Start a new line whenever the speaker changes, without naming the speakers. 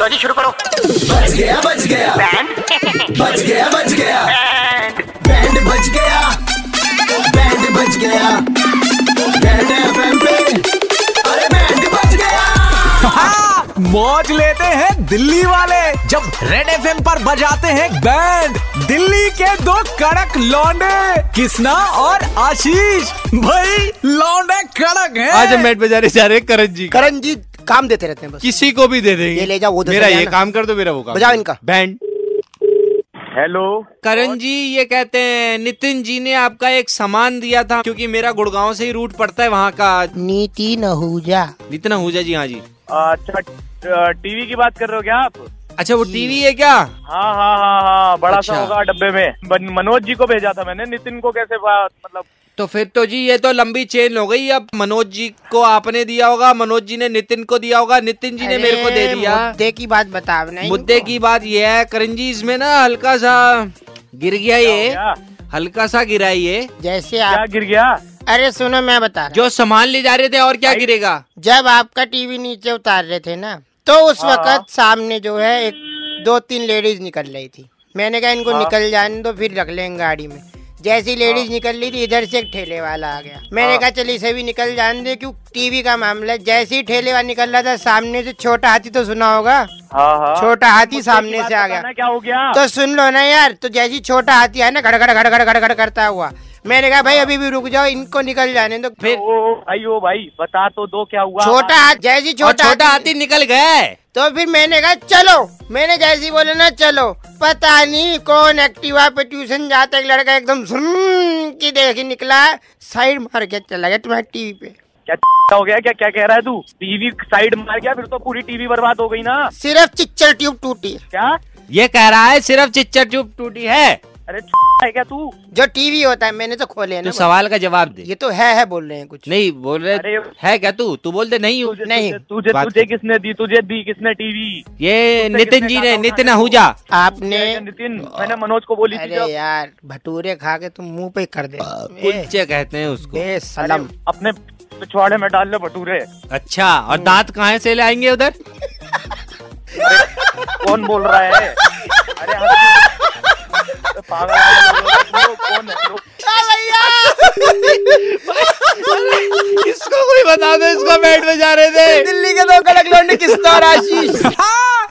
लो तो जी शुरू करो
बच गया बच गया
बैंड
बच गया बच गया बैंड बच गया बैंड बच गया बैंड एफएम पे अरे बैंड बच गया
मौज लेते हैं दिल्ली वाले जब रेड एफ पर बजाते हैं बैंड दिल्ली के दो कड़क लौंडे किसना और आशीष भाई लौंडे कड़क हैं
आज हम मैट बजाने जा रहे हैं करण जी का।
करण जी काम देते रहते हैं बस
किसी को भी दे देंगे
ये ले जाओ, वो दे
मेरा
दो,
ये
जाना।
काम कर दो मेरा वो काम
बजाओ
कर दो।
इनका।
बैंड
हेलो
करण जी ये कहते हैं नितिन जी ने आपका एक सामान दिया था क्योंकि मेरा गुड़गांव से ही रूट पड़ता है वहाँ का
नीति नहूजा
नितिन आहूजा जी हाँ जी
अच्छा टीवी की बात कर रहे हो क्या आप
अच्छा वो टीवी है क्या
हाँ हाँ हाँ हाँ बड़ा सा
अच्छा।
होगा डब्बे में बन- मनोज जी को भेजा था मैंने नितिन को कैसे बा- मतलब
तो फिर तो जी ये तो लंबी चेन हो गई अब मनोज जी को आपने दिया होगा मनोज जी ने नितिन को दिया होगा नितिन जी ने मेरे को दे दिया
मुद्दे की बात बताओ नहीं
मुद्दे की बात ये है करण जी इसमें ना हल्का सा गिर गया
क्या?
ये हल्का सा गिरा ये
जैसे
क्या
आप
गिर गया
अरे सुनो मैं बता रहा
जो सामान ले जा रहे थे और क्या गिरेगा
हूं। जब आपका टीवी नीचे उतार रहे थे ना तो उस
हाँ।
वक्त सामने जो है एक दो तीन लेडीज निकल रही थी मैंने कहा इनको
हाँ।
निकल जाने दो फिर रख लेंगे गाड़ी में जैसी लेडीज निकल रही थी इधर से एक ठेले वाला आ गया
हाँ।
मैंने कहा चल इसे भी निकल जाने दे क्यों टीवी का मामला है जैसे ही ठेले वाला निकल रहा था सामने से छोटा हाथी तो सुना होगा
हाँ हाँ
छोटा
मुद्दे
हाथी
की
सामने
बात
से आ
बताना,
गया
क्या हो गया
तो सुन लो ना यार तो जैसी छोटा हाथी है ना गड़गड़ गड़गड़ गड़गड़ करता हुआ मैंने कहा भाई अभी भी रुक जाओ इनको निकल जाने दो फिर
ओ ओ, भाई ओ भाई बता तो दो क्या हुआ
छोटा हाथ जैसी
और
छोटा
छोटा हाथी निकल गया है
तो फिर मैंने कहा चलो मैंने जैसी बोले ना चलो पता नहीं कौन एक्टिवा पे ट्यूशन जाता एक लड़का एकदम सुन की देख के निकला साइड मार के चला गया तुम्हारे टीवी पे
क्या च- हो गया क्या क्या कह रहा है तू टीवी साइड मार गया फिर तो पूरी टीवी बर्बाद हो गई ना
सिर्फ चिच्चर ट्यूब टूटी
क्या
ये कह रहा है सिर्फ चिच्चर चुप टूटी है
अरे च- है क्या तू
जो टीवी होता है मैंने तो खोले
तू
ना
सवाल का जवाब दे
ये तो है है बोल रहे हैं कुछ
नहीं बोल रहे
अरे-
है क्या तू तू बोल दे नहीं हूँ
तुझे
नहीं,
तुझे- तुझे
बात-
तुझे किसने दी तुझे दी किसने टीवी
ये
तुझसे
नितिन
किसने
जी
कहा
ने
था
नितिन
उठाने को?
आहूजा
आपने
नितिन मैंने मनोज को बोली थी
अरे
जब
यार भटूरे खा के तुम मुंह पे कर दे ए,
कुलचे कहते हैं उसको
बे सलम
अपने पिछवाड़े में डाल ले भटूरे
अच्छा और दांत कहाँ से ले आएंगे उधर तो
कौन बोल रहा है अरे हंसी- पागल है लोग, कौन है लोग?
इसको कोई बता दो इसको बैठ में जा रहे थे
दिल्ली के दो कड़क लौंडे किस्ता और आशीष
हाँ,